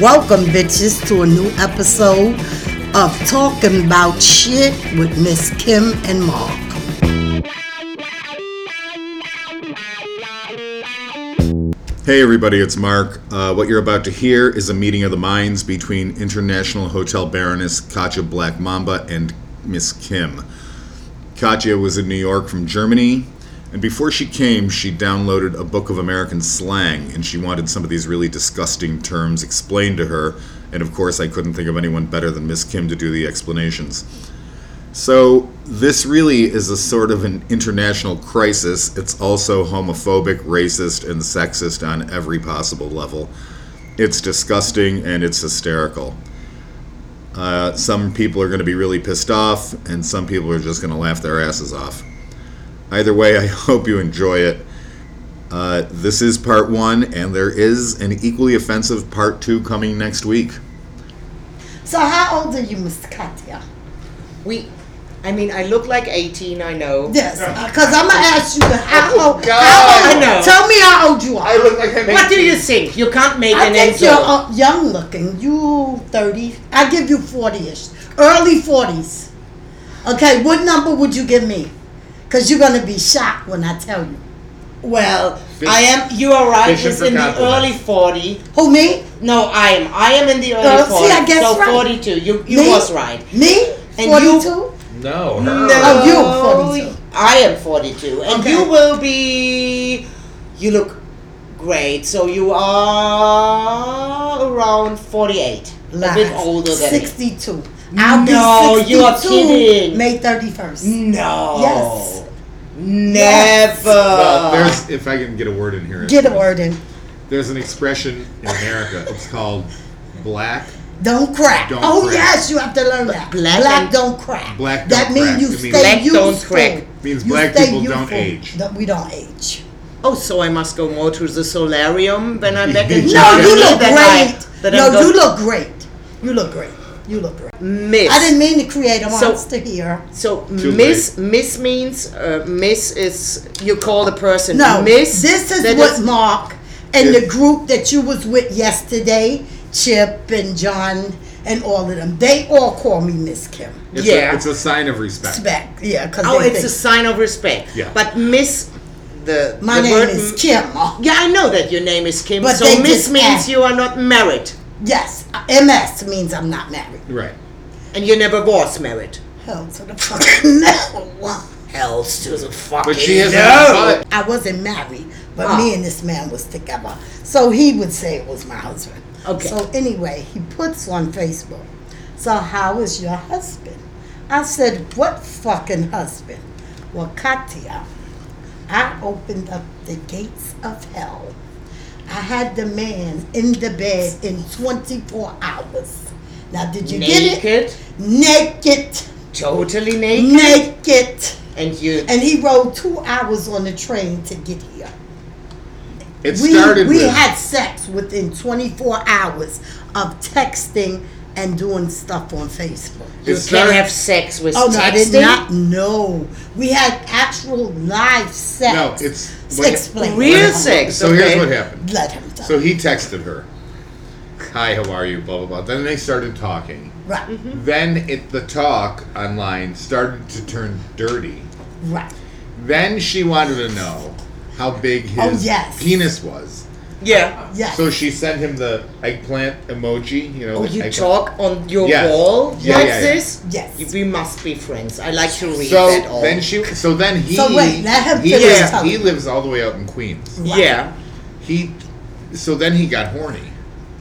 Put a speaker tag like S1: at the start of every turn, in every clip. S1: Welcome, bitches, to a new episode of Talking About Shit with Miss Kim and Mark.
S2: Hey, everybody, it's Mark. Uh, what you're about to hear is a meeting of the minds between International Hotel Baroness Katya Black Mamba and Miss Kim. Katya was in New York from Germany, and before she came, she downloaded a book of American slang, and she wanted some of these really disgusting terms explained to her. And of course, I couldn't think of anyone better than Miss Kim to do the explanations. So, this really is a sort of an international crisis. It's also homophobic, racist, and sexist on every possible level. It's disgusting and it's hysterical. Uh, some people are going to be really pissed off, and some people are just going to laugh their asses off. Either way, I hope you enjoy it. Uh, this is part one, and there is an equally offensive part two coming next week.
S1: So, how old are you, Miss Katya?
S3: We, I mean, I look like 18, I know.
S1: Yes, because I'm gonna ask you how old.
S3: Oh, God.
S1: how old-
S3: I know.
S1: Tell me how old you are.
S2: look like I'm
S3: What do you think? You can't make
S1: I
S3: an
S1: think you're
S3: insult.
S1: uh, young looking. You 30. I give you 40ish. Early 40s. Okay, what number would you give me? Because you're going to be shocked when I tell you.
S3: Well, I am, you are right,
S2: Fishing
S3: it's
S2: for
S3: in the
S2: compliments.
S3: early 40.
S1: Who, me?
S3: No, I am. I am in the early
S1: Oh,
S3: 40s.
S1: see, I guess
S3: so
S1: right.
S3: 42. You, you
S1: Me?
S3: was right.
S1: Me?
S3: And
S1: 42?
S4: No.
S1: Oh, you are 42.
S3: I am 42. And
S1: Okay.
S3: you will be, you look great. So you are around 48. A bit
S1: Lies.
S3: older than me.
S1: 62. I'll
S3: No,
S1: be 62
S3: you are kidding.
S1: May 31st.
S3: No.
S1: Yes. Yes.
S3: Never.
S4: Well, there's, if I can get a word in here.
S1: Uh. Get a word in.
S4: There's an expression in America. It's called black.
S1: Don't crack.
S4: Don't
S1: oh
S4: crack.
S1: yes, you have to learn that. Black,
S3: Black and-
S1: don't crack.
S4: Black
S1: that
S4: don't
S1: means
S4: crack.
S1: you
S4: It
S1: stay
S4: means-
S3: Black
S1: youthful.
S3: don't crack.
S4: Means
S1: You
S4: black
S1: stay
S4: people don't
S1: youthful.
S4: age.
S1: No, we don't age.
S3: oh, so I must go more to the solarium when I'm back in
S4: No,
S1: No,
S3: Germany
S1: you look
S3: than I-
S1: great.
S3: than
S1: No,
S3: I'm go-
S1: you look great. You look great. You look great.
S3: miss.
S1: I didn't mean to create a
S3: So-
S1: monster here.
S3: So
S4: Too
S3: miss miss means uh, miss is you call the person
S1: No,
S3: miss.
S1: this is
S3: that
S1: what Mark and
S2: Yeah.
S1: the group that you was with yesterday, Chip and John and all of them. They all call me Miss Kim.
S4: It's
S3: Yeah.
S4: A, it's a sign of respect.
S1: Respect, yeah, because
S3: oh, it's a sign of respect.
S4: Yeah.
S3: But miss the
S1: my
S3: the
S1: name
S3: word
S1: is
S3: m-
S1: Kim.
S3: Yeah, I know that your name is Kim.
S1: But
S3: so
S1: they just
S3: miss means
S1: add-
S3: you are not married
S1: Yes, MS means I'm not married.
S4: Right.
S3: and you never was married.
S1: Hell to the fucking no.
S3: Hells to the fucking
S4: But she has
S3: no.
S4: a
S1: I wasn't married, but
S3: Ah.
S1: me and this man was together. So he would say it was my husband.
S3: Okay.
S1: So anyway, he puts on Facebook. So how is your husband? I said, what fucking husband? Well, Katya, I opened up the gates of hell. I had the man in the bed in 24 hours. Now, did you get it?
S3: naked,
S1: Naked,
S3: totally naked,
S1: naked.
S3: and you
S1: And he rode two hours on the train to get here.
S4: It
S1: We,
S4: started
S1: we
S4: with
S1: had sex within 24 hours of texting and doing stuff on Facebook.
S3: you
S4: It
S3: can
S4: started-
S3: have sex with
S1: Oh,
S3: texting.
S1: no, I did not know. We had actual live
S4: no.
S1: sex.
S4: It's
S1: Explain.
S3: Real sex.
S4: So
S3: okay.
S4: here's what happened.
S1: Let him talk.
S4: So he texted her, "Hi, how are you?" Blah blah blah. Then they started talking.
S1: right,
S4: Then it the talk online started to turn dirty.
S3: Mm-hmm.
S1: right.
S4: Then she wanted to know how big his
S1: Oh, yes.
S4: penis was.
S3: Yeah.
S1: Yes.
S4: So she sent him the eggplant emoji. You know.
S3: Oh,
S4: the
S3: you
S4: eggplant.
S3: talk on your
S4: Yes.
S3: wall?
S4: Yeah,
S3: What's
S4: yeah, yeah.
S3: this?
S1: Yes.
S3: You- We must be friends. I like to read
S4: So
S3: that all.
S4: then she. So then he.
S1: So wait, let him
S4: he,
S1: finish
S4: lives,
S1: telling.
S4: he lives all the way out in Queens.
S3: yeah.
S4: He. So then he got horny.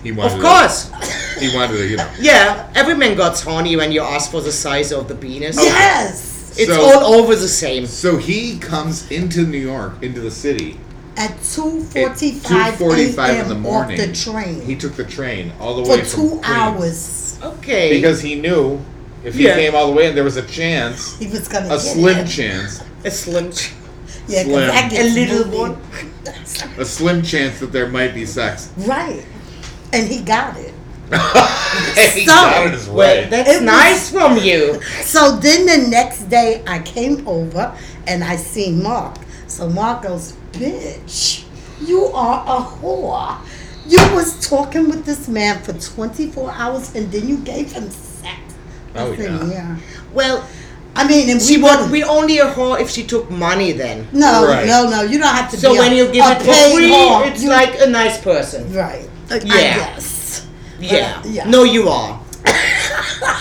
S4: He wanted.
S3: Of course.
S4: To, he wanted to. You know.
S3: Yeah. Every man got horny when you ask for the size of the penis.
S1: yes.
S3: It's
S4: So-
S3: all over the same.
S4: So he comes into New York, into the city.
S1: At
S4: At
S1: 2.45
S4: 2:45 in the
S1: a.m.
S4: morning.
S1: off the train
S4: He took the train all the
S1: for
S4: way from
S1: two
S4: Queens.
S1: hours.
S3: Okay.
S4: because he knew if he
S3: Yeah.
S4: came all the way and there was a chance,
S1: He was going to
S4: a
S1: get
S4: slim
S1: it.
S4: chance,
S3: a slim. ch-
S1: Yeah, 'cause
S4: slim.
S1: that
S4: A
S1: gets
S3: little
S1: moving.
S4: a slim chance that there might be sex.
S1: Right. And he got it.
S4: He got it his
S3: Well,
S4: way.
S3: that's
S1: It was-
S3: nice from you.
S1: So then the next day I came over and I seen Mark. So Mark goes, bitch, you are a whore. You was talking with this man for 24 hours and then you gave him sex.
S4: Oh,
S1: I said,
S4: yeah.
S3: Well,
S1: I mean, and
S3: she
S1: we
S3: would
S1: would
S3: be only a whore if she took money then.
S1: No,
S4: Right.
S1: no, no. You don't have to
S3: So
S1: be
S3: when
S1: a,
S3: you give
S1: a
S3: it for
S1: paid
S3: free,
S1: whore.
S3: it's
S1: You-
S3: like a nice person.
S1: Right. I
S3: Yeah.
S1: guess.
S3: Yeah.
S1: uh, yeah.
S3: No, you are.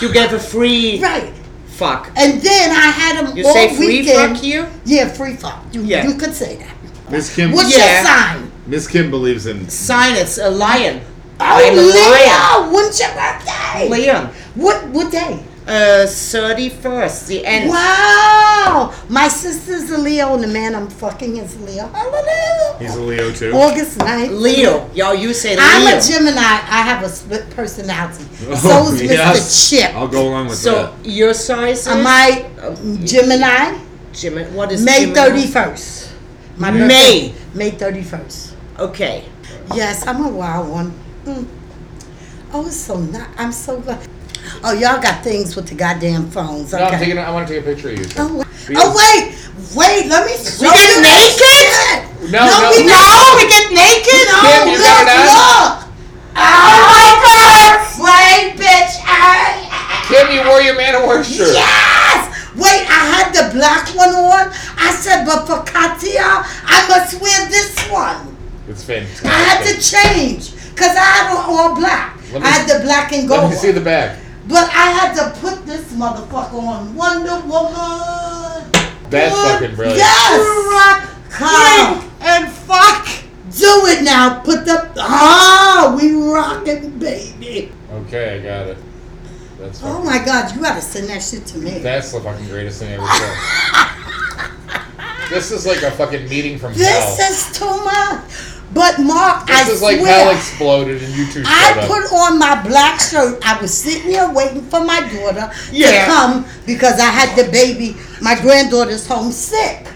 S3: you get a free
S1: Right.
S3: fuck.
S1: And then I had him
S3: You
S1: all
S3: say free
S1: weekend.
S3: fuck here?
S1: Yeah, free fuck. You,
S3: Yeah.
S1: you could say that.
S4: Miss Kim.
S1: What's
S3: Yeah.
S1: your sign?
S4: Miss Kim believes in.
S3: Sign it's a lion.
S1: Oh,
S3: I'm a lion.
S1: Leo! When's your birthday?
S3: Leon.
S1: What what day?
S3: Uh, 31st, the end.
S1: Wow! My sister's a Leo, and the man I'm fucking is a Leo. Hallelujah!
S4: He's a Leo too.
S1: August 9th.
S3: Leo. Y'all, you say Leo.
S1: I'm a Gemini. I have a split personality. so is
S4: Oh, yes.
S1: Mr. Chip.
S4: I'll go along with
S3: So, your size is?
S1: Am I um, Gemini?
S3: Jimmy, what is
S1: May
S3: Gemini?
S1: 31st. My
S4: May.
S1: birthday. May 31st.
S3: Okay.
S1: Yes, I'm a wild one. Mm. Oh, it's so nice. I'm so glad. Oh, y'all got things with the goddamn phones.
S4: that.
S1: Okay.
S4: No, I'm taking. a- I want to take a picture of you.
S1: Oh, wa-
S4: We-
S1: oh, wait, wait. Let me. show
S3: get
S1: you
S3: naked?
S1: this shit.
S4: No, no,
S1: we
S4: no.
S1: not.
S3: we get naked?
S1: No,
S4: Kim, you
S1: look,
S4: got that?
S1: look. Oh my God! Wait, bitch. I,
S4: Kim, you wore your man of war shirt.
S1: yes. Wait, I had the black one on. I said, but for Katia, I must wear this one.
S4: It's
S1: I
S4: fantastic.
S1: had to change because I had on all black.
S4: Let
S1: I
S4: me-
S1: had the black and gold.
S4: Let me see
S1: one.
S4: the back.
S1: But I had to put this motherfucker on Wonder Woman.
S4: That's
S1: Woman.
S4: fucking brilliant.
S1: Yes. Rock.
S3: And fuck.
S1: Do it now. Put the ah, we rocking, baby.
S4: Okay, I got it. That's
S1: Oh
S4: fucking,
S1: my God, you gotta send that shit to me.
S4: that's the fucking greatest thing I ever saw. this is like a fucking meeting from
S1: This
S4: hell.
S1: is too much. But Mark,
S4: This
S1: I
S4: is like
S1: swear,
S4: hell exploded and you two showed
S1: I
S4: up.
S1: put on my black shirt. I was sitting here waiting for my daughter
S3: Yeah.
S1: to come because I had the baby. My granddaughter's homesick.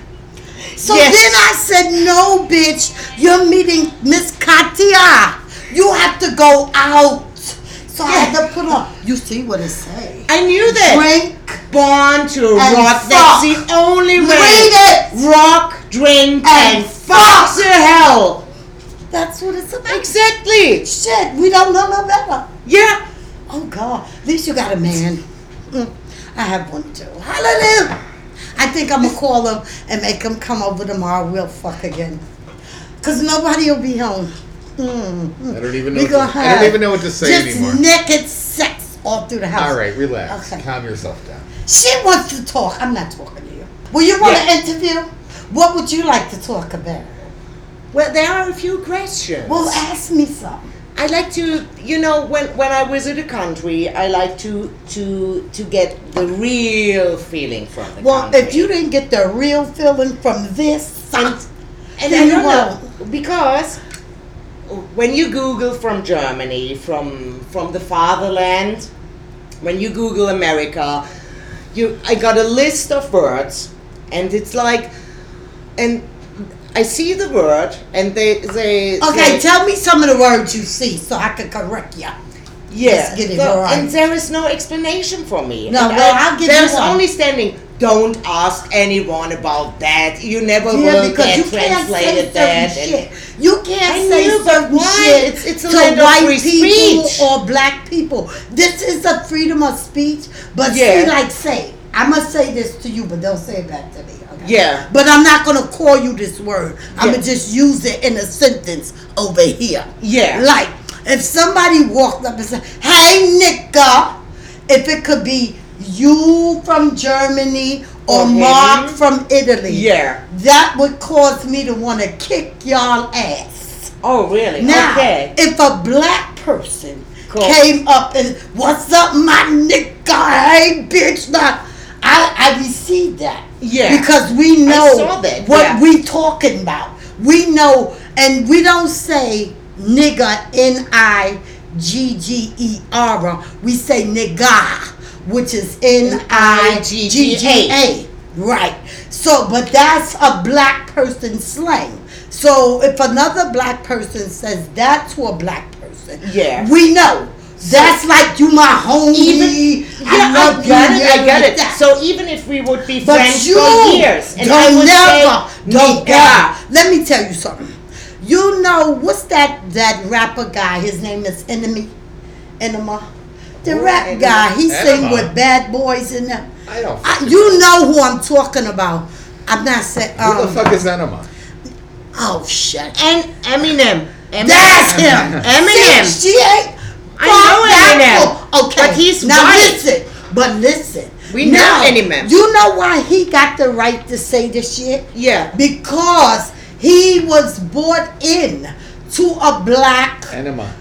S1: So
S3: Yes.
S1: then I said, "No, bitch, you're meeting Miss Katia. You have to go out." So I had to put on. You see what it say?
S3: I knew that.
S1: Drink,
S3: Born to
S1: And
S3: rock.
S1: fuck.
S3: That's the only way.
S1: read it.
S3: Rock, drink, and,
S1: And
S3: fuck the hell.
S1: That's what it's about.
S3: Exactly.
S1: Shit, we don't know no better.
S3: Yeah.
S1: Oh God, at least you got a man. Mm, I have one too. Hallelujah. I think I'm gonna call him and make him come over tomorrow. We'll fuck again. Cause nobody will be home. Mm, mm.
S4: I don't even know.
S1: We
S4: What to,
S1: gonna
S4: I
S1: have
S4: don't even know what to say
S1: just
S4: anymore.
S1: naked sex all through the house.
S4: All right, relax.
S1: Okay.
S4: Calm yourself down.
S1: She wants to talk. I'm not talking to you. Will you want to
S3: Yeah.
S1: interview? What would you like to talk about?
S3: Well, there are a few questions.
S1: Well, ask me some.
S3: I like to, you know, when when I visit a country, I like to to to get the real feeling from the
S1: Well,
S3: country.
S1: if you didn't get the real feeling from this, site,
S3: and
S1: then
S3: I don't
S1: you
S3: know because when you Google from Germany, from from the fatherland, when you Google America, you I got a list of words, and it's like, and I see the word, and they they
S1: Okay,
S3: they-
S1: tell me some of the words you see so I can correct you.
S3: Yes,
S1: Let's get it right.
S3: and there is no explanation for me.
S1: No,
S3: And
S1: well,
S3: I-
S1: I'll give you
S3: There's
S1: one.
S3: only standing. Don't ask anyone about that. You never
S1: Yeah,
S3: will
S1: because
S3: get
S1: you can't say
S3: translated
S1: certain
S3: that. and-
S1: shit. You can't
S3: I
S1: say
S3: knew, but
S1: certain
S3: why?
S1: shit
S3: It's- it's a
S1: to
S3: land of
S1: white
S3: free
S1: people
S3: speech.
S1: or black people. This is a freedom of speech, but
S3: Yeah.
S1: see, like, say, I must say this to you, but don't say it back to me. Okay?
S3: Yeah.
S1: But I'm not gonna call you this word. I'm
S3: Yeah.
S1: gonna just use it in a sentence over here.
S3: Yeah.
S1: Like, if somebody walked up and said, "Hey, nigga," if it could be you from Germany or
S3: Or him.
S1: Mark from Italy,
S3: Yeah.
S1: that would cause me to want to kick y'all ass.
S3: Oh, really?
S1: Now,
S3: okay.
S1: if a black person
S3: Cool.
S1: came up and what's up, my nigga, hey, bitch, nah, I I received that.
S3: Yeah.
S1: because we know
S3: saw that,
S1: what
S3: yeah.
S1: we talking about. We know, and we don't say nigga n i g g e r. We say nigga, which is n i g g a. Right. So, but that's a black person slang. So, if another black person says that to a black person,
S3: Yeah.
S1: we know. That's like you, my homie.
S3: Even yeah, I,
S1: love you,
S3: got it.
S1: yeah,
S3: I got
S1: like
S3: it.
S1: that.
S3: So even if we would be
S1: But
S3: friends
S1: you
S3: for years, and I
S1: don't
S3: would
S1: never,
S3: say,
S1: don't
S3: "Nigga."
S1: ever. Let me tell you something. You know what's that that rapper guy? His name is Enemy, Enema. The
S3: Who?
S1: rap
S3: Enema?
S1: guy. He sing
S4: Enema?
S1: with bad boys in them.
S4: I don't.
S1: I, Ah, you know who I'm talking about. I'm not saying.
S4: Who the
S1: Um,
S4: fuck is Enema?
S1: oh shit.
S3: And Eminem. Eminem.
S1: That's him.
S3: Eminem.
S1: Sixty-eight.
S3: I know Eminem.
S1: Okay.
S3: But he's
S1: now
S3: white.
S1: listen. But listen.
S3: We know
S1: Now,
S3: Eminem.
S1: You know why he got the right to say this shit?
S3: Yeah.
S1: because he was bought in to a black
S4: Enema.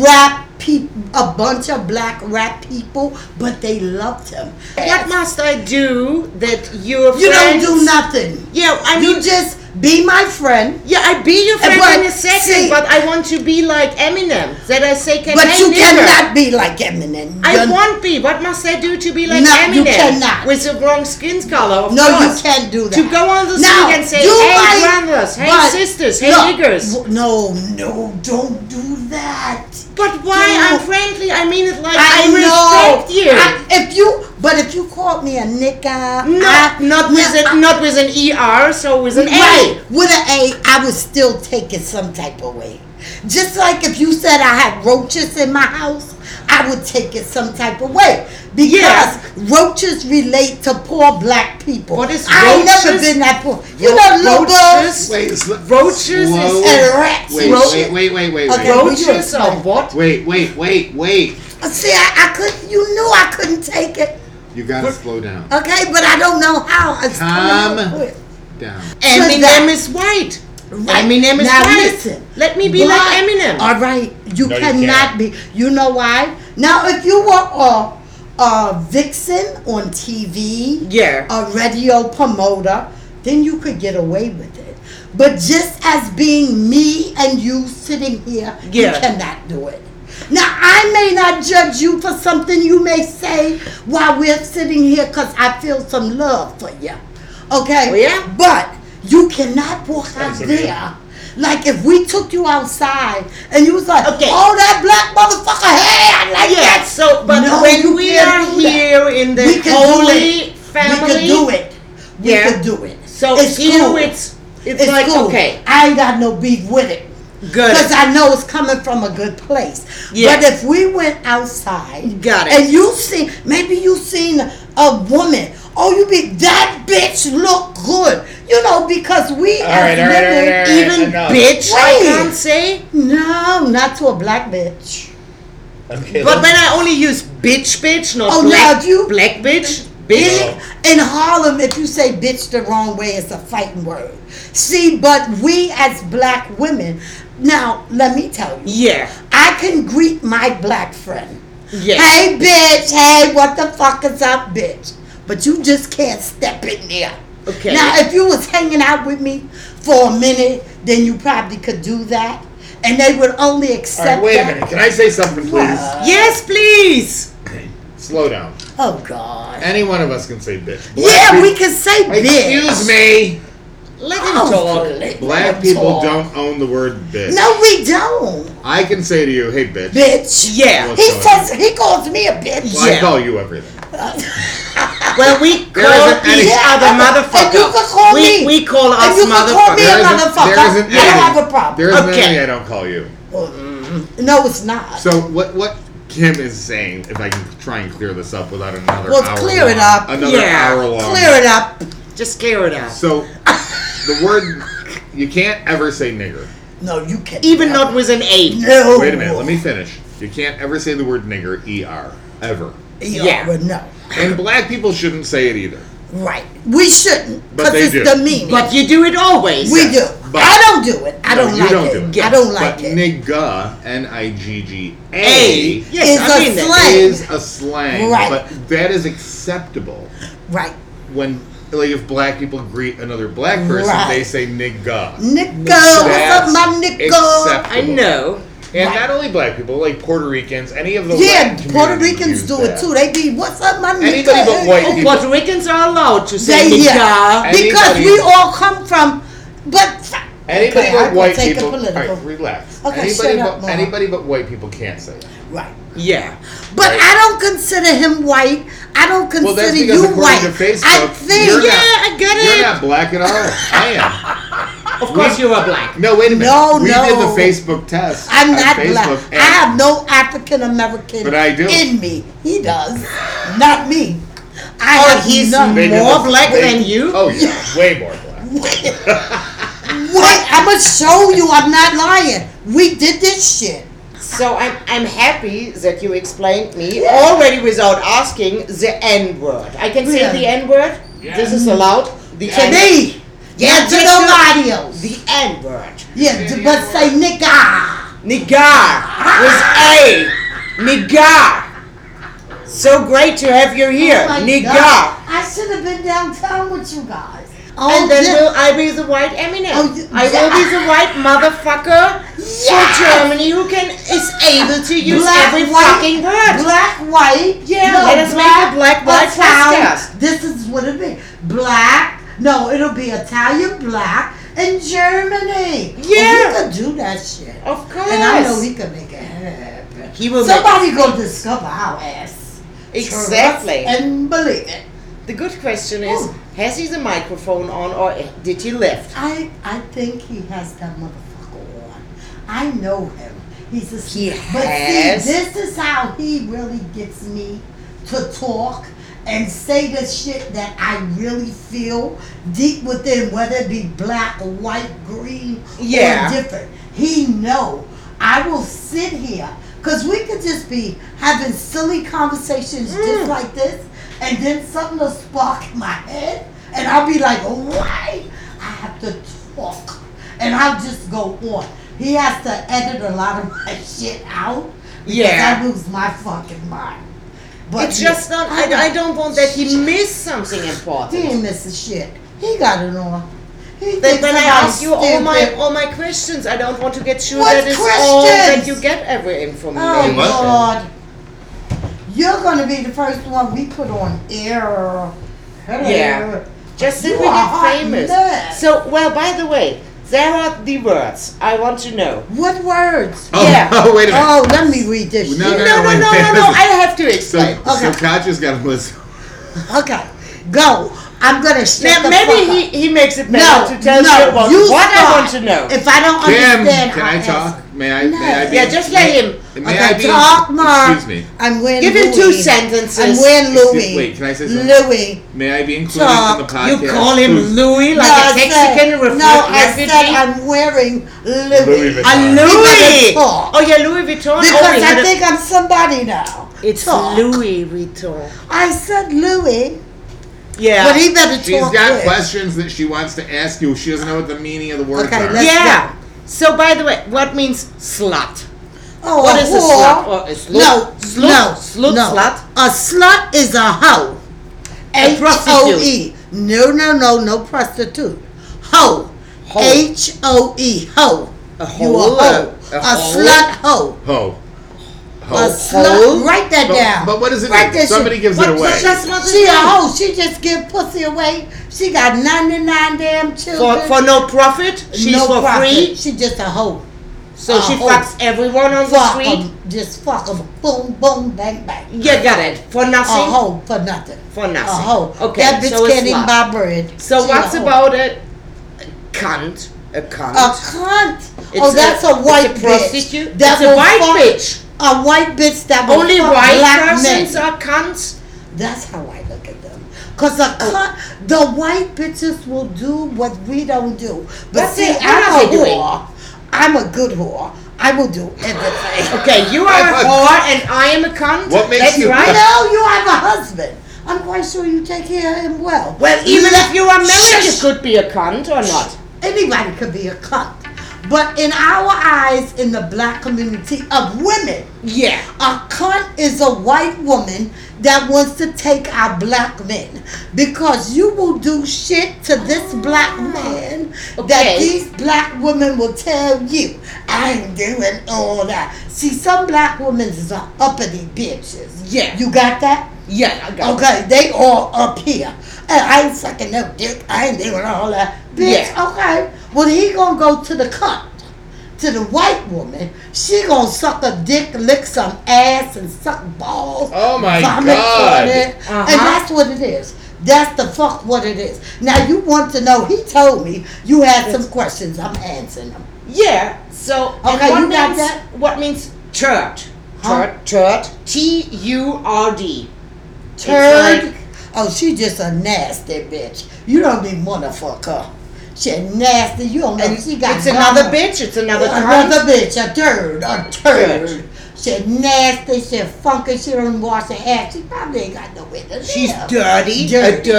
S1: rap peop a bunch of black rap people, but they loved him.
S3: What must I do that your
S1: You don't
S3: friends...
S1: do nothing.
S3: Yeah, I mean...
S1: You just be my friend,
S3: yeah, I be your friend
S1: But
S3: in a second,
S1: see-
S3: but I want to be like Eminem. That I say can
S1: but
S3: I
S1: you
S3: never?
S1: cannot be like Eminem.
S3: I
S1: You're-
S3: won't be. What must I do to be like
S1: No,
S3: Eminem?
S1: you cannot.
S3: With the wrong skin color, of
S1: No,
S3: course.
S1: you can't do that.
S3: To go on the street
S1: Now,
S3: and say,
S1: you
S3: "Hey,
S1: might-
S3: brothers, hey,
S1: but
S3: sisters, hey,
S1: look,
S3: niggers."
S1: w- No, no, don't do that.
S3: But why?
S1: No.
S3: I'm friendly. I mean it like I,
S1: I, know.
S3: respect you.
S1: I- if you, but if you called me a nigga,
S3: not,
S1: I-
S3: not with
S1: no,
S3: an not with an er, so with an
S1: right,
S3: a.
S1: with an A, I would still take it some type of way. Just like if you said I had roaches in my house, I would take it some type of way because
S3: Yeah.
S1: roaches relate to poor black people.
S3: What is
S1: I never
S3: roaches?
S1: been that poor. you know, little
S3: roaches?
S1: bugs
S4: Wait, it's
S3: Roaches is-
S1: and rats.
S4: Wait,
S1: and
S4: wait,
S1: shit.
S4: wait, wait, wait,
S1: Okay.
S4: wait.
S3: Roaches
S1: Right.
S3: or what?
S4: Wait, wait, wait, wait.
S1: Uh, See, I, I could. You knew I couldn't take it.
S4: You gotta slow down.
S1: Okay, but I don't know how. It's coming out
S4: Tom.
S1: quick.
S4: Down.
S3: Eminem
S1: that-
S3: is white.
S1: Right.
S3: Eminem is
S1: Now
S3: white.
S1: listen.
S3: Let me be
S1: But-
S3: like Eminem.
S1: All right, you
S4: No, you
S1: cannot
S4: can't.
S1: be. You know why? Now, if you were a, a vixen on TV,
S3: Yeah.
S1: a radio promoter, then you could get away with it. But just as being me and you sitting here, you
S3: Yeah.
S1: cannot do it. Now, I may not judge you for something you may say while we're sitting here because I feel some love for you. Okay?
S3: Oh, yeah?
S1: But you cannot walk out there. Like if we took you outside and you was like,
S3: Okay.
S1: oh, that black motherfucker, hey, I like
S3: yeah.
S1: that.
S3: So, but
S1: No, you
S3: when we are
S1: can't do that.
S3: here in the
S1: We can do
S3: holy
S1: it.
S3: family,
S1: We could do it. We
S3: Yeah.
S1: could do it.
S3: So
S1: it's
S3: here
S1: cool.
S3: it's it's, like
S1: cool.
S3: okay,
S1: I ain't got no beef with it.
S3: good.
S1: Because I know it's coming from a good place.
S3: Yeah.
S1: But if we went outside
S3: Got it.
S1: and you seen maybe you seen a woman, oh you be that bitch look good. You know, because we
S4: All
S1: as
S4: right, all right, all
S1: women-
S4: right, all right.
S3: Even
S4: enough.
S3: bitch, I
S1: Wait.
S3: can't say.
S1: No, not to a black bitch.
S4: Okay.
S3: But when I only use bitch, bitch, not
S1: Oh,
S3: black,
S1: now you-
S3: black bitch,
S1: In,
S3: bitch.
S1: in Harlem, if you say bitch the wrong way, it's a fighting word. See, but we as black women, now let me tell you,
S3: Yeah,
S1: I can greet my black friend.
S3: yeah.
S1: Hey, bitch, hey, what the fuck is up, bitch? But you just can't step in there.
S3: Okay.
S1: Now, if you was hanging out with me for a minute, then you probably could do that. And they would only
S4: All right,
S1: accept
S4: wait a
S1: that.
S4: minute. Can I say something, please?
S1: Wow.
S3: yes, please.
S4: Slow down.
S1: Oh, God.
S4: Any one of us can say bitch.
S1: yeah, we can say bitch.
S4: Excuse me.
S3: Let him
S1: Oh,
S3: talk.
S1: let
S4: Black
S1: them
S4: people
S1: talk.
S4: don't own the word bitch.
S1: No, we don't,
S4: I can say to you, hey, bitch.
S1: bitch.
S3: Yeah.
S1: He says he calls me a bitch.
S4: Well, I
S3: Yeah.
S4: call you everything.
S3: Well, we
S4: There
S3: call
S4: isn't any-
S3: each other
S1: Yeah,
S3: motherfucker.
S1: and you can call
S3: we,
S1: me.
S3: We
S1: And
S3: call us
S1: you can call me
S3: motherfucker.
S1: a
S4: There isn't-
S1: motherfucker.
S4: there isn't
S1: I don't
S4: any-
S1: have a problem.
S4: There isn't
S3: Okay.
S4: anything I don't call you.
S1: No, it's not.
S4: So what what Kim is saying, if I can try and clear this up without another
S1: Well,
S4: hour
S1: clear it
S4: long-
S1: up.
S4: Another
S3: Yeah,
S4: hour long.
S1: Clear it up.
S3: Just clear it out.
S4: So the word you can't ever say nigger.
S1: No, you can't.
S3: Even not with an A.
S1: No.
S4: Wait a minute, let me finish. You can't ever say the word nigger E R. Ever.
S1: Yeah,
S3: Yeah.
S1: but no.
S4: And black people shouldn't say it either.
S1: Right. We shouldn't. Because
S4: But they
S1: it's
S4: do.
S1: demeaning.
S3: But you do it always.
S1: we do.
S4: but-
S1: I don't do it. I
S4: No,
S1: don't
S4: you
S1: like
S4: don't
S1: it.
S4: do it.
S1: I don't like
S4: but
S1: it.
S4: nigga, N I G G
S3: A.
S4: A
S3: Yes,
S1: It's
S3: I
S1: a
S3: mean that.
S1: slang.
S4: is a slang.
S1: Right.
S4: But that is acceptable
S1: right.
S4: when like if black people greet another black person,
S1: Right.
S4: they say nigga.
S1: Nicko. What's
S4: That's
S1: up, my Nicko?
S4: acceptable.
S3: I know.
S4: And
S1: Right.
S4: not only black people, like Puerto Ricans, any of the
S1: Yeah,
S4: Latin
S1: Puerto
S4: communities
S1: Ricans
S4: use
S1: do
S4: that.
S1: it too. They be, what's up, my Nicko?
S4: Anybody but white
S3: Oh,
S4: people.
S3: Puerto Ricans are allowed to say
S1: They yeah,
S3: nigga.
S4: Anybody-
S1: because we all come from, but
S4: Anybody
S1: Okay, I
S4: but
S1: will
S4: white
S1: take a
S4: people.
S1: political.
S4: Alright, relax.
S1: Okay,
S4: anybody,
S1: shut up,
S4: but,
S1: Mama.
S4: anybody but white people can't say it.
S1: right.
S3: Yeah.
S1: But
S4: Right.
S1: I don't consider him white. I don't consider
S4: Well, that's because
S1: you
S4: according
S1: white.
S4: to Facebook,
S1: I think
S4: you're
S3: Yeah,
S4: not-
S3: I get
S4: You're
S3: it.
S4: not black at all. I am.
S3: Of course, you are black.
S4: No, wait a minute.
S1: No,
S4: we
S1: no.
S4: did the Facebook test.
S1: I'm
S4: on
S1: not
S4: Facebook,
S1: black.
S4: and-
S1: I have no African American
S4: But I do.
S1: in me. He does, not me. I
S3: Oh,
S1: have
S3: he's
S1: none.
S4: They did
S3: More
S4: the-
S3: black
S4: they-
S3: than you?
S4: Oh yeah, way more black.
S1: What? I'm gonna show you. I'm not lying. We did this shit.
S3: So I'm, I'm happy that you explained me already without asking the N word. I can say
S1: Yeah.
S3: the N word.
S4: Yeah.
S3: This is allowed. The
S1: To
S3: N.
S1: me,
S3: Yeah,
S1: yeah, to
S3: just
S1: nobody else.
S3: The N word.
S1: Yeah, d- but say nigga.
S3: Nigar with A. Nigar. So great to have you here.
S1: Oh my
S3: Nigar.
S1: God. I should have been downtown with you guys. Oh,
S3: And then
S1: yeah.
S3: will I be the white Eminem?
S1: Oh, you-
S3: I will be the white motherfucker
S1: Yes!
S3: for Germany who can is able to use
S1: Black,
S3: every
S1: white,
S3: fucking word.
S1: Black, white.
S3: Yeah,
S1: no,
S3: let us make a black, white
S1: Italian.
S3: podcast.
S1: This is what it be. Black. No, it'll be Italian, black, and Germany. Oh,
S3: Yeah. Oh,
S1: we could do that shit.
S3: Of course.
S1: And I know we can make it happen.
S3: He will
S1: Somebody go discover our ass.
S3: make exactly.
S1: And Oh. believe it.
S3: the good question is,
S1: Ooh.
S3: has he the microphone on or did he lift?
S1: I I think he has that motherfucker on. I know him. He's a
S3: He
S1: but
S3: has?
S1: see, this is how he really gets me to talk and say the shit that I really feel deep within, whether it be black, white, green,
S3: Yeah.
S1: or different. He know. I will sit here because we could just be having silly conversations
S3: Mm.
S1: just like this, and then something will spark in my head, and I'll be like, why? I have to talk. And I'll just go on. He has to edit a lot of my shit out. because
S3: Yeah.
S1: I lose my fucking mind. But
S3: It's just not. I, I don't want that he missed something
S1: He
S3: important.
S1: ain't missing shit. He got it on. He
S3: That
S1: thinks
S3: when I
S1: somebody's
S3: ask you all my
S1: stupid.
S3: all my questions, I don't want to get sure
S1: What
S3: that it's all that
S1: questions?
S3: you get every
S1: Oh
S3: information.
S4: what?
S1: God! You're gonna be the first one we put on air.
S3: Yeah. Just
S1: You
S3: simply
S1: are
S3: get
S1: hot
S3: famous.
S1: mess.
S3: So well, by the way, there are the words I want to know.
S1: What words?
S4: Oh,
S3: Yeah.
S4: oh, wait a minute.
S1: Oh, let me read this.
S4: No,
S1: shit.
S3: No, no,
S4: wait,
S3: no, no,
S4: wait,
S3: no!
S4: listen.
S3: I have to
S4: So,
S3: explain.
S4: so
S1: Okay.
S4: Katja's got to listen.
S1: Okay, go. I'm gonna shut
S3: Now
S1: the
S3: maybe
S1: fuck
S3: he,
S1: up.
S3: he makes it
S1: No,
S3: better to tell
S1: no,
S3: you about
S1: you
S3: what I
S1: start.
S3: want to know.
S1: If I don't
S4: Kim,
S1: understand,
S4: can
S1: I'll
S4: I
S1: ask.
S4: talk? May I? May I
S1: No.
S4: be?
S3: Yeah, just let him.
S4: May
S1: okay,
S4: I be?
S1: talk, Mark.
S4: Excuse me.
S1: I'm wearing
S3: Give him
S1: Louis.
S3: two
S1: I'm
S3: sentences.
S1: wearing
S4: Excuse-
S1: Louis.
S4: wait, can I say something?
S1: Louis.
S4: May I be included in
S1: Talk.
S4: the podcast?
S3: you call him
S4: Who's-
S3: Louis like
S1: no,
S3: a
S1: I
S3: Mexican
S1: said,
S3: refu-
S1: no, I
S3: refugee?
S1: said I'm wearing Louis.
S4: Louis Vuitton.
S3: A
S4: Louis
S3: Louis!
S1: Vuitton.
S3: Oh yeah, Louis Vuitton. oh,
S1: Because
S3: we had
S1: I
S3: a-
S1: think I'm somebody now.
S3: it's
S1: Talk.
S3: Louis Vuitton.
S1: I said Louis,
S3: Yeah.
S1: but he better
S4: She's
S1: talk
S4: got
S1: quick.
S4: questions that she wants to ask you. She doesn't know what the meaning of the words
S1: Okay,
S4: are.
S1: let's-
S3: yeah. So by the way, what means slut?
S1: Oh,
S3: What
S1: a
S3: is a slut
S1: whore.
S3: or a slut?
S1: No,
S3: Slut?
S1: no,
S3: Slut,
S1: no.
S3: slut?
S1: A slut is a hoe.
S3: A
S1: H O
S3: prostitute.
S1: E. No, no, no, no prostitute. Hoe.
S3: Hoe.
S1: H O E. Hoe.
S3: A
S1: You a
S3: hoe,
S1: hoe.
S4: a- a
S1: A
S4: hoe.
S1: slut hoe.
S4: Ho. Ho.
S1: A
S3: hoe?
S1: slut. Write that
S4: But-
S1: down.
S4: but what does it
S1: Write
S4: mean?
S1: that shit.
S4: Somebody gives it
S1: What-
S4: away.
S1: but that's what she a hoe. She just give pussy away. She got ninety nine damn
S3: For,
S1: children.
S3: for no profit, she's
S1: no
S3: for
S1: profit.
S3: free,
S1: She just a hoe.
S3: so she
S1: A hoe.
S3: fucks everyone on the
S1: Fuck
S3: street.
S1: 'em. Just fuck 'em. Boom, boom, bang, bang.
S3: You got it for
S1: A
S3: nothing.
S1: hoe for nothing.
S3: For
S1: A
S3: nothing.
S1: hoe.
S3: Okay.
S1: That bitch
S3: so it's
S1: can't even
S3: not.
S1: buy bread.
S3: So
S1: She
S3: what's
S1: a hoe.
S3: about a cunt? A
S1: a
S3: cunt.
S1: cunt?
S3: It's
S1: Uh, oh, that's a, white
S3: it's
S1: bitch.
S3: a
S1: That
S3: prostitute. That's a
S1: will
S3: white
S1: fuck-
S3: bitch.
S1: A white bitch that will
S3: Only
S1: fuck
S3: white
S1: black
S3: persons
S1: men.
S3: are cunts.
S1: That's how I look at them. Cause a
S3: Oh.
S1: cunt, the white bitches will do what we don't do. But
S3: What
S1: see,
S3: they- what are
S1: I'm a
S3: they doing?
S1: whore. I'm a good whore. I will do everything.
S3: Okay, you
S4: I
S3: are a
S4: thought-
S3: whore and I am a cunt.
S4: What makes
S3: That's
S4: you-
S1: I
S3: right.
S1: know you have a husband. I'm quite sure you take care of him well.
S3: Well, even if you are married, you
S1: Shush.
S3: could be a cunt or not.
S1: anybody could be a cunt. But in our eyes, in the black community of women,
S3: Yeah.
S1: a cunt is a white woman that wants to take our black men because you will do shit to this black man that
S3: Ah, Okay.
S1: these black women will tell you I ain't doing all that. See, some black women is a uppity bitches.
S3: Yeah.
S1: you got that?
S3: Yeah, I got
S1: Okay, they all up here. And I ain't sucking no dick. I ain't doing all that. Bitch,
S3: Yeah.
S1: okay. Well, he gonna go to the cunt, to the white woman. She gonna suck a dick, lick some ass, and suck balls.
S4: Oh my
S1: vomit on
S4: God.
S1: it.
S3: Uh-huh.
S1: And that's what it is. That's the fuck what it is. Now you want to know? He told me you had some questions. I'm answering them.
S3: Yeah. So and
S1: Okay,
S3: what
S1: you got
S3: means,
S1: that?
S3: What means church?
S1: Huh?
S3: Church. Church. T U R D.
S1: Turd.
S3: like-
S1: oh, she just a nasty bitch. You don't even want to fuck her. She a nasty. You don't know.
S3: And
S1: she Oh, got
S3: it's another
S1: gone.
S3: bitch. It's another.
S1: Another
S3: cunt.
S1: bitch, a turd, a
S3: Turd.
S1: turd. She nasty, she funky, she don't wash her ass. She probably ain't got nowhere to
S3: She's
S1: live.
S3: dirty, a dirty,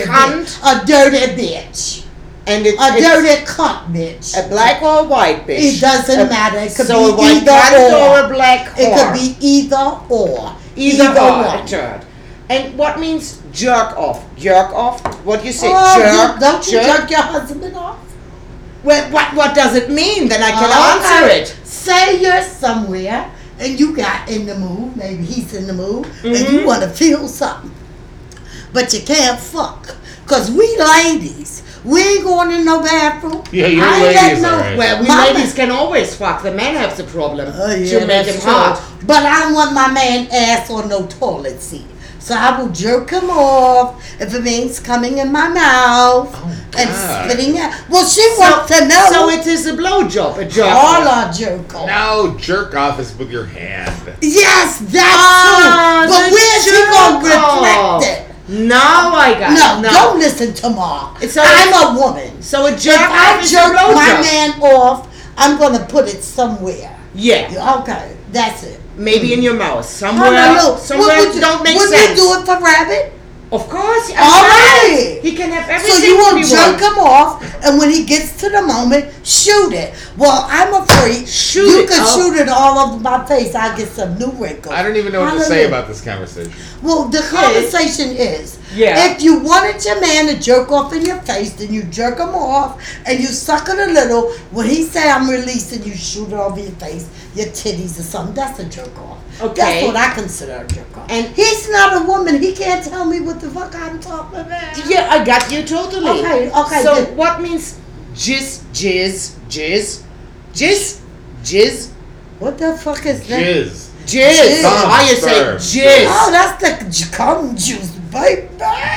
S3: cunt,
S1: bitch. A dirty bitch.
S3: and it,
S1: A
S3: it's
S1: dirty cunt bitch.
S3: a black or a white bitch.
S1: It doesn't
S3: A-
S1: matter. It could
S3: so
S1: be
S3: a white
S1: either
S3: cunt
S1: or.
S3: or a black
S1: it
S3: whore.
S1: could be either or.
S3: either, or.
S1: one.
S3: A turd. And what means jerk off? Jerk off? What you say?
S1: Oh,
S3: jerk?
S1: you, don't you
S3: jerk?
S1: jerk your husband off?
S3: Well, what what does it mean? Then I can
S1: Oh,
S3: answer
S1: okay.
S3: it.
S1: Say you're somewhere and you got in the mood, maybe he's in the mood, and you
S3: Mhm.
S1: want to feel something. But you can't fuck. Because we ladies, we ain't going in no bathroom.
S4: Yeah, you
S1: I ain't
S4: ladies
S1: let
S4: are right.
S3: Well, we
S1: my
S3: ladies can always fuck. The men have the problem
S1: Oh, yeah,
S3: to make
S1: that's
S3: him
S1: true.
S3: hot.
S1: But I want my man ass on no toilet seat. So I will jerk him off if it means coming in my mouth and
S4: God.
S1: spitting out. Well, she
S3: Oh, So-
S1: wants to know.
S3: So it is a blowjob, a jerk.
S1: all
S3: off.
S1: our jerk off.
S4: No, jerk off is with your hand.
S1: Yes, that's
S3: Ah,
S1: true. But
S3: the
S1: where's he gonna
S3: jerk off.
S1: reflect it?
S3: Now I got
S1: No,
S3: it.
S1: don't listen to Ma.
S3: It's all right.
S1: I'm a woman.
S3: So a
S1: If
S3: jerk
S1: I
S3: off is a
S1: jerk my
S3: blowjob.
S1: man off, I'm gonna put it somewhere.
S3: Yeah,
S1: Okay, that's it.
S3: maybe in your mouth,
S1: No,
S3: somewhere,
S1: no, no.
S3: somewhere
S1: Would- would you-
S3: don't make
S1: Would you
S3: sense.
S1: do it for Rabbit?
S3: Of course, I'm
S1: All
S3: sorry.
S1: right.
S3: He can have everything.
S1: So you
S3: he
S1: will jerk
S3: wants.
S1: him off, and when he gets to the moment, shoot it. Well, I'm afraid
S3: Shoot
S1: you
S3: it.
S1: could
S3: Oh.
S1: shoot it all over my face. I get some new wrinkles.
S4: I don't even know what to say
S1: Hallelujah.
S4: about this conversation.
S1: Well, the conversation is
S3: Yeah.
S1: if you wanted your man to jerk off in your face, then you jerk him off and you suck it a little. When he say I'm releasing, you shoot it over your face, your titties or something. That's a jerk off. That's
S3: Okay.
S1: what I consider a jerk off.
S3: And-
S1: And he's not a woman. He can't tell me what the fuck I'm talking about.
S3: Yeah, I got you totally.
S1: Okay, okay,
S3: So
S1: good.
S3: what means jizz, jizz, jizz, jizz, jizz,
S1: What the fuck is that?
S4: Jizz.
S3: jizz?
S1: Jizz.
S3: I
S4: Sperm.
S3: say
S1: Oh,
S3: jizz.
S1: that's the j- cum juice, baby.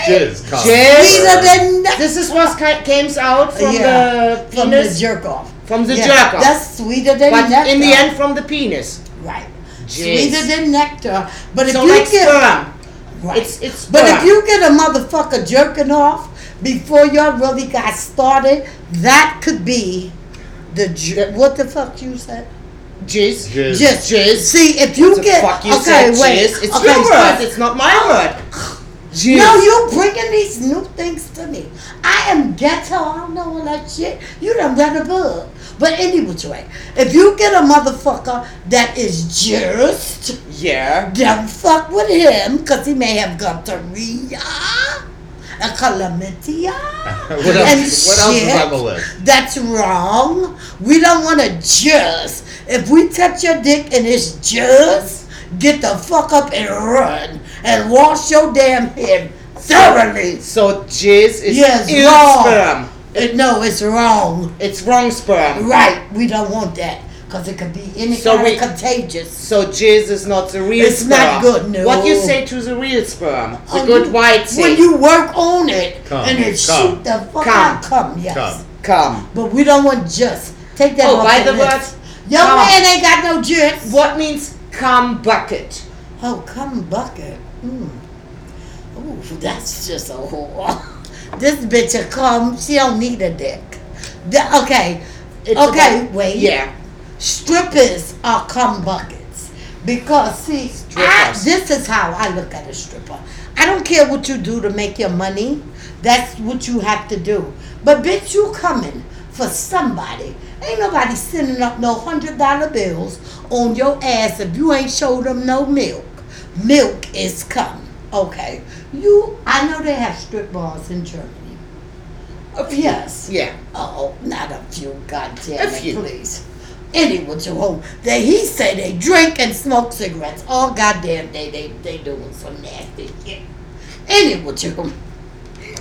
S4: Jizz. Cock.
S1: These are
S3: Jizz.
S1: the nuts
S3: This is what ca- came out from
S1: uh, Yeah,
S3: the
S1: from the
S3: penis,
S1: jerk off.
S3: from the
S1: Yeah,
S3: jerk off.
S1: That's sweeter than
S3: but
S1: nectar.
S3: in the end, from the penis.
S1: Right.
S3: Jeez.
S1: Sweeter than nectar. But if
S3: so
S1: you
S3: like
S1: get
S3: sperm.
S1: right.
S3: It's it's.
S1: but if
S3: sperm.
S1: you get a motherfucker jerking off before you really got started, that could be the jer- what the fuck you said?
S3: jizz,
S4: Jizz.
S1: Just
S3: Jizz.
S1: See if you
S3: the
S1: get
S3: fuck you
S1: okay.
S3: said
S1: wait,
S3: jizz. It's
S1: okay,
S3: your
S1: so-
S3: word. It's not my word. Jizz.
S1: No, you bringing these new things to me. I am ghetto. I don't know all that shit. You done read a book. But anyway, if you get a motherfucker that is just
S3: Yeah.
S1: Don't fuck with him because he may have gonorrhea and chlamydia.
S4: What else,
S1: And
S4: what else is
S1: shit.
S4: on the list?
S1: That's wrong. We don't want to just. If we touch your dick and it's just, get the fuck up and run and wash your damn head thoroughly.
S3: So jizz is
S1: Yes,
S3: ill
S1: wrong.
S3: sperm.
S1: Uh, No, it's wrong.
S3: It's wrong sperm.
S1: Right, we don't want that because it could be any
S3: So
S1: kind
S3: we-
S1: of contagious.
S3: So jizz is not the real
S1: It's
S3: sperm.
S1: not good, no.
S3: What you say to the real sperm? The
S1: Oh,
S3: good
S1: you-
S3: white
S1: When
S3: say.
S1: you work on it
S4: Come,
S1: and it
S4: come,
S1: shoot the fuck
S3: come,
S1: out, come, yes.
S4: Come.
S3: come.
S1: But we don't want just. Take that
S3: Oh,
S1: off
S3: by the
S1: list.
S3: words,
S1: Your
S3: come.
S1: man ain't got no jits.
S3: What means come bucket?
S1: Oh, come bucket. Mm. Ooh, that's just a whore. this bitch a come. She don't need a dick. The- okay,
S3: It's
S1: okay,
S3: about-
S1: wait.
S3: Yeah.
S1: Strippers are cum buckets because see, I,
S3: Strippers.
S1: this is how I look at a stripper. I don't care what you do to make your money. That's what you have to do. But bitch, you coming for somebody. Ain't nobody sending up no hundred dollar bills on your ass if you ain't showed them no milk. Milk is cum. Okay, you. I know they have strip bars in Germany. Yes.
S3: Yeah.
S1: Oh, not a few, goddamn
S3: A
S1: it,
S3: few.
S1: please. Any what you want. They he say they drink and smoke cigarettes all goddamn day. They they doing some nasty shit. Any what you want.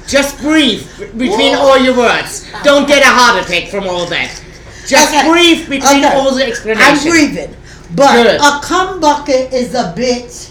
S3: Just breathe b- between
S1: Whoa.
S3: all your words. Don't get a heart attack from all that. Just
S1: Okay.
S3: breathe between
S1: Okay.
S3: all the
S1: I'm
S3: explanations.
S1: breathing, but
S3: Good.
S1: a cum bucket is a bitch.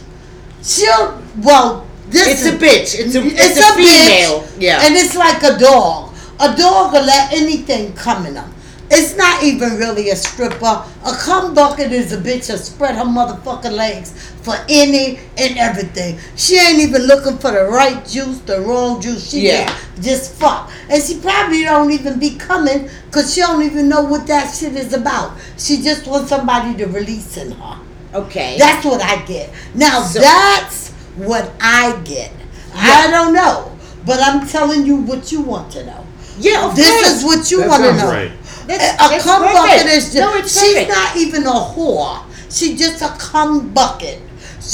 S1: She'll well This
S3: It's a
S1: is-
S3: bitch. It's a- it's a female. Yeah.
S1: And it's like a dog. A dog will let anything come in them. It's not even really a stripper. A cum bucket is a bitch that spread her motherfucking legs for any and everything. She ain't even looking for the right juice, the wrong juice. She
S3: Yeah.
S1: just, just fuck. And she probably don't even be coming because she don't even know what that shit is about. She just wants somebody to release in her.
S3: Okay.
S1: That's what I get. Now
S3: So-
S1: that's what I get. I don't know, but I'm telling you what you want to know.
S3: yeah, of
S1: this
S3: course.
S1: is what you
S4: That
S1: want to
S4: sounds
S1: know.
S4: right.
S3: That's-
S1: a
S3: that's
S1: cum
S3: perfect.
S1: bucket is just.
S3: No, it's
S1: she's
S3: perfect.
S1: not even a whore. She just a cum bucket.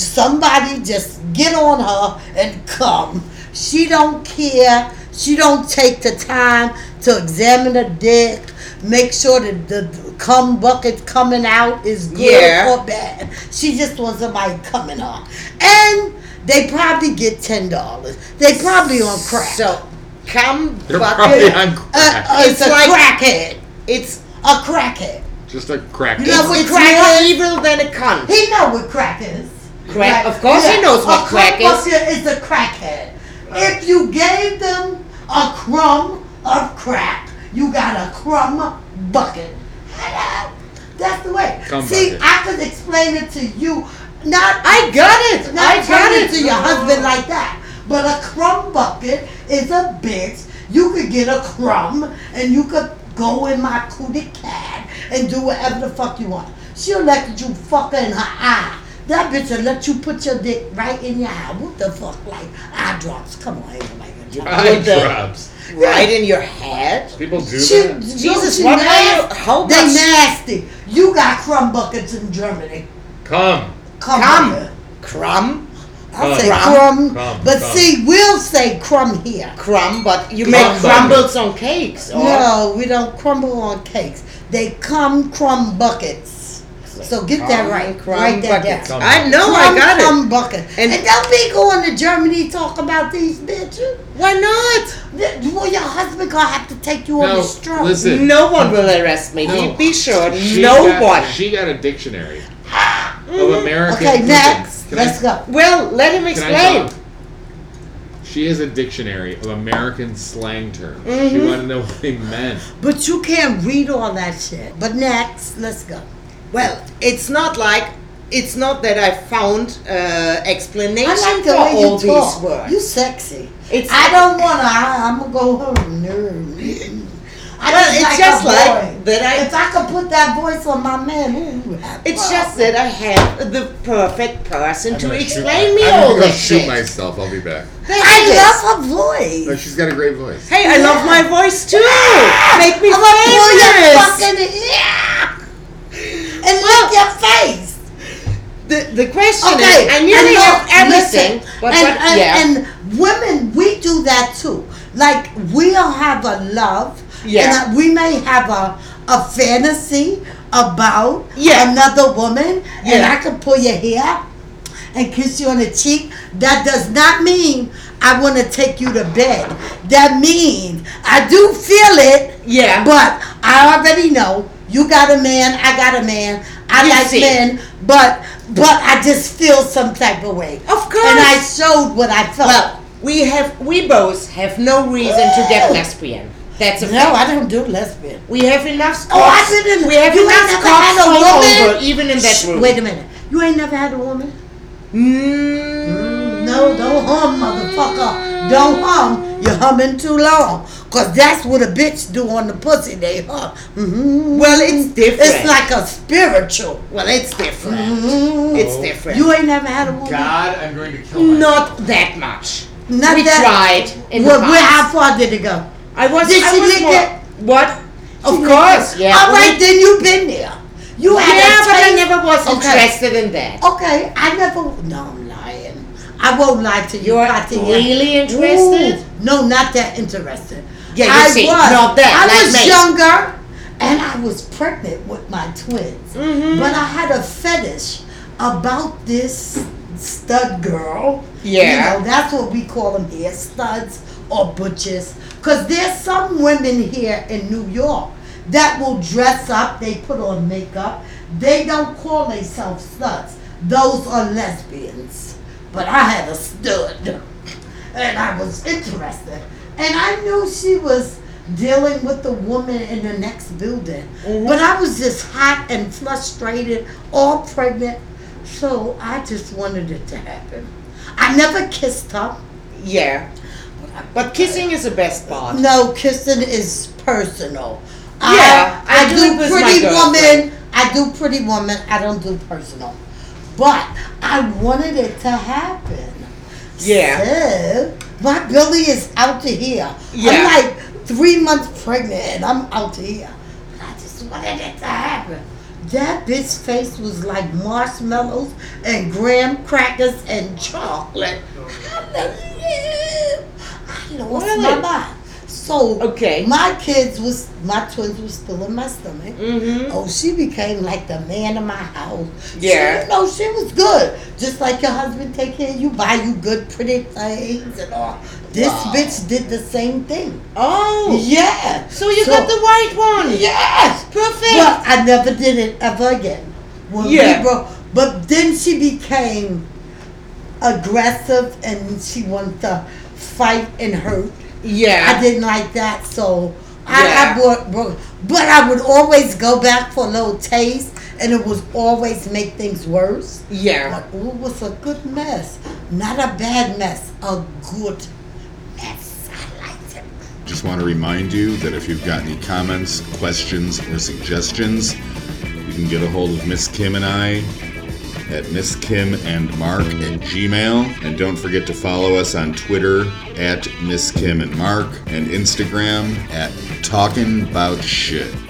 S1: Somebody just get on her and come. She don't care. She don't take the time to examine the dick, make sure that the cum bucket coming out is good
S3: Yeah.
S1: or bad. She just wants somebody coming on, and they probably get ten dollars. They probably on crack.
S3: So, come
S4: They're probably
S3: bucket.
S4: on
S1: Uh,
S4: crack.
S1: uh, it's,
S3: It's
S1: a
S3: like-
S1: crackhead.
S3: it's
S1: A crackhead.
S4: Just a crack.
S1: You
S3: it's,
S1: know what
S3: it's
S1: crack
S3: more
S1: is?
S3: evil than a cunt.
S1: He know what crack is.
S3: Crack- of course he knows what
S1: a
S3: crack is.
S1: crackbuster is a crackhead. If you gave them a crumb of crack, you got a crumb bucket. Hello. That's the way.
S4: Crumb
S1: See,
S4: bucket.
S1: I could explain it to you. Not
S3: I got it.
S1: not
S3: I got
S1: turn
S3: it.
S1: it to your husband like that. But a crumb bucket is a bitch. You could get a crumb and you could go in my cootie cat and do whatever the fuck you want. She'll let you fuck her in her eye. That bitch will let you put your dick right in your eye. What the fuck? Like eye drops. Come on, ain't nobody gonna tell me.
S4: Eye
S3: With the-
S4: drops.
S3: Right in your head.
S4: People do
S1: She-
S4: that.
S3: Jesus,
S1: she
S3: what
S1: nasty.
S3: are you- how
S1: They
S3: much-
S1: nasty. You got crumb buckets in Germany.
S4: Come.
S1: Come
S3: Come.
S1: here.
S3: Crumb.
S1: I
S4: Uh, Crumb.
S1: say crumb,
S4: Crumb,
S1: but
S4: crumb.
S1: see, we'll say crumb here.
S3: Crumb, but you
S4: Crumb
S3: make
S4: bucket.
S3: crumbles on cakes. Or
S1: No, we don't crumble on cakes. They come crumb buckets. So get that
S3: Crumb,
S1: right.
S3: crumb
S1: Write that
S3: bucket.
S1: down.
S4: Crumb
S3: I know, I
S1: Crumb,
S3: got it.
S1: crumb bucket. And,
S3: And-
S1: don't be going to Germany talk about these bitches.
S3: Why not?
S1: Th- Well, your husband gonna have to take you on
S4: No,
S1: the stroll.
S4: listen. Dude.
S3: No one will arrest me. Be, be sure,
S4: She
S3: no
S4: got,
S3: one.
S4: She got a dictionary of American.
S1: Okay,
S4: pooping.
S1: next.
S4: Can I-
S1: Let's go.
S3: Well, let him
S4: Can I
S3: explain.
S4: talk? She has a dictionary of American slang terms.
S3: Mm-hmm.
S4: She wanted to know what they meant.
S1: But you can't read all that shit. But next, let's go.
S3: Well, it's not like it's not that I found uh, explanation
S1: I like
S3: for
S1: the way
S3: all
S1: you
S3: these
S1: talk.
S3: words.
S1: You sexy.
S3: It's-
S1: I don't wanna. I, I'm gonna go home. No. I
S3: Well, it's just
S1: a
S3: like
S1: boy.
S3: that I-
S1: If I could put that voice on my man, ooh, I'd
S3: It's
S1: fuck.
S3: just that I have the perfect person
S4: I'm
S3: to
S4: gonna shoot-
S3: explain me
S4: I'm
S3: all
S4: gonna
S3: this
S4: shoot
S3: shit.
S4: myself. I'll be back.
S3: There it is.
S1: I love her voice.
S4: No, she's got a great voice.
S3: Hey, I love my voice too. Make me
S1: I'm gonna pull your
S3: famous.
S1: fucking yeah, and lick your face.
S3: The, the question
S1: Okay,
S3: is, I nearly
S1: and
S3: have
S1: look,
S3: everything,
S1: listen,
S3: but
S1: and,
S3: what-
S1: and,
S3: yeah.
S1: and women, we do that too. Like we'll have a love,
S3: Yeah.
S1: and uh, we may have a a fantasy about
S3: Yeah.
S1: another woman, and
S3: Yeah.
S1: I can pull your hair and kiss you on the cheek. That does not mean I want to take you to bed. That means I do feel it.
S3: Yeah.
S1: But I already know you got a man. I got a man. I
S3: You
S1: like
S3: see.
S1: men, but but I just feel some type of way.
S3: Of course.
S1: And I showed what I felt.
S3: well, we have, we both have no reason to get
S1: Ooh.
S3: lesbian. That's a
S1: no,
S3: fact.
S1: I don't do lesbian.
S3: We have enough scores.
S1: Oh, I didn't.
S3: We have
S1: you ain't
S3: enough
S1: never had a
S3: scores
S1: woman.
S3: over, even in that
S1: Shh,
S3: room.
S1: Wait a minute. You ain't never had a woman.
S3: Mm,
S1: No, don't hum, motherfucker. Don't hum. You're humming too long. Cause that's what a bitch do on the pussy. They hum. Mhm.
S3: Well, it's different.
S1: It's like a spiritual.
S3: Well, it's different.
S1: Mhm.
S3: It's
S4: Oh.
S3: different.
S1: You ain't never had a woman.
S4: God, I'm going to kill
S3: Not that much.
S1: Not
S3: we
S1: that-
S3: tried. In
S1: Well,
S3: the
S1: where,
S3: past.
S1: how far did it go?
S3: I was.
S1: Did
S3: I
S1: she
S3: was
S1: lick
S3: more-
S1: it?
S3: What? Of
S1: She
S3: course.
S1: licked it.
S3: Yeah.
S1: All right, then you've been there. You had a
S3: Yeah, but I
S1: taste-
S3: never was
S1: Okay.
S3: interested in that.
S1: Okay, I never. No, I'm lying. I won't lie to you.
S3: You're
S1: Katia.
S3: really interested?
S1: Ooh, no, not that interested.
S3: Yeah, you
S1: I
S3: see,
S1: was.
S3: not that,
S1: I
S3: like
S1: was
S3: me.
S1: younger, and I was pregnant with my twins. But I had a fetish about this stud girl.
S3: Yeah.
S1: you know, that's what we call them here, studs or butches. Cause there's some women here in New York that will dress up. They put on makeup. They don't call themselves studs. Those are lesbians. but I had a stud, and I was interested, and I knew she was dealing with the woman in the next building, but I was just hot and frustrated, all pregnant, so I just wanted it to happen. I never kissed her.
S3: Yeah. But kissing is the best part.
S1: No, kissing is personal.
S3: Yeah,
S1: I,
S3: I
S1: I
S3: do
S1: do
S3: it with my
S1: pretty woman.
S3: girlfriend.
S1: I do pretty woman. I don't do personal. But I wanted it to happen.
S3: Yeah.
S1: So, my Billy is out to here.
S3: Yeah.
S1: I'm like three months pregnant and I'm out to here. I just wanted it to happen. That bitch's face was like marshmallows and graham crackers and chocolate. I'm like, yeah. I lost my
S3: Really?
S1: mind. So
S3: Okay.
S1: my kids was my twins was still in my stomach.
S3: Mm-hmm.
S1: Oh, she became like the man of my house.
S3: Yeah.
S1: She, you know, she was good. Just like your husband take care of you, buy you good pretty things and all. This
S3: Wow.
S1: bitch did the same thing.
S3: Oh.
S1: Yeah.
S3: So you got the white one.
S1: Yes.
S3: Perfect.
S1: Well, I never did it ever again. When
S3: Yeah.
S1: we broke, but then she became aggressive and she wanted to fight and hurt.
S3: yeah.
S1: I didn't like that, so
S3: Yeah.
S1: I, I bought broke. But I would always go back for a little taste, and it would always make things worse.
S3: Yeah.
S1: But ooh, it was a good mess, not a bad mess, a good mess. I liked it.
S2: Just want to remind you that if you've got any comments, questions, or suggestions, you can get a hold of Miss Kim and I at misskimandmark at gmail. And don't forget to follow us on Twitter at Miss Kim and Mark and Instagram at Talking About Shit.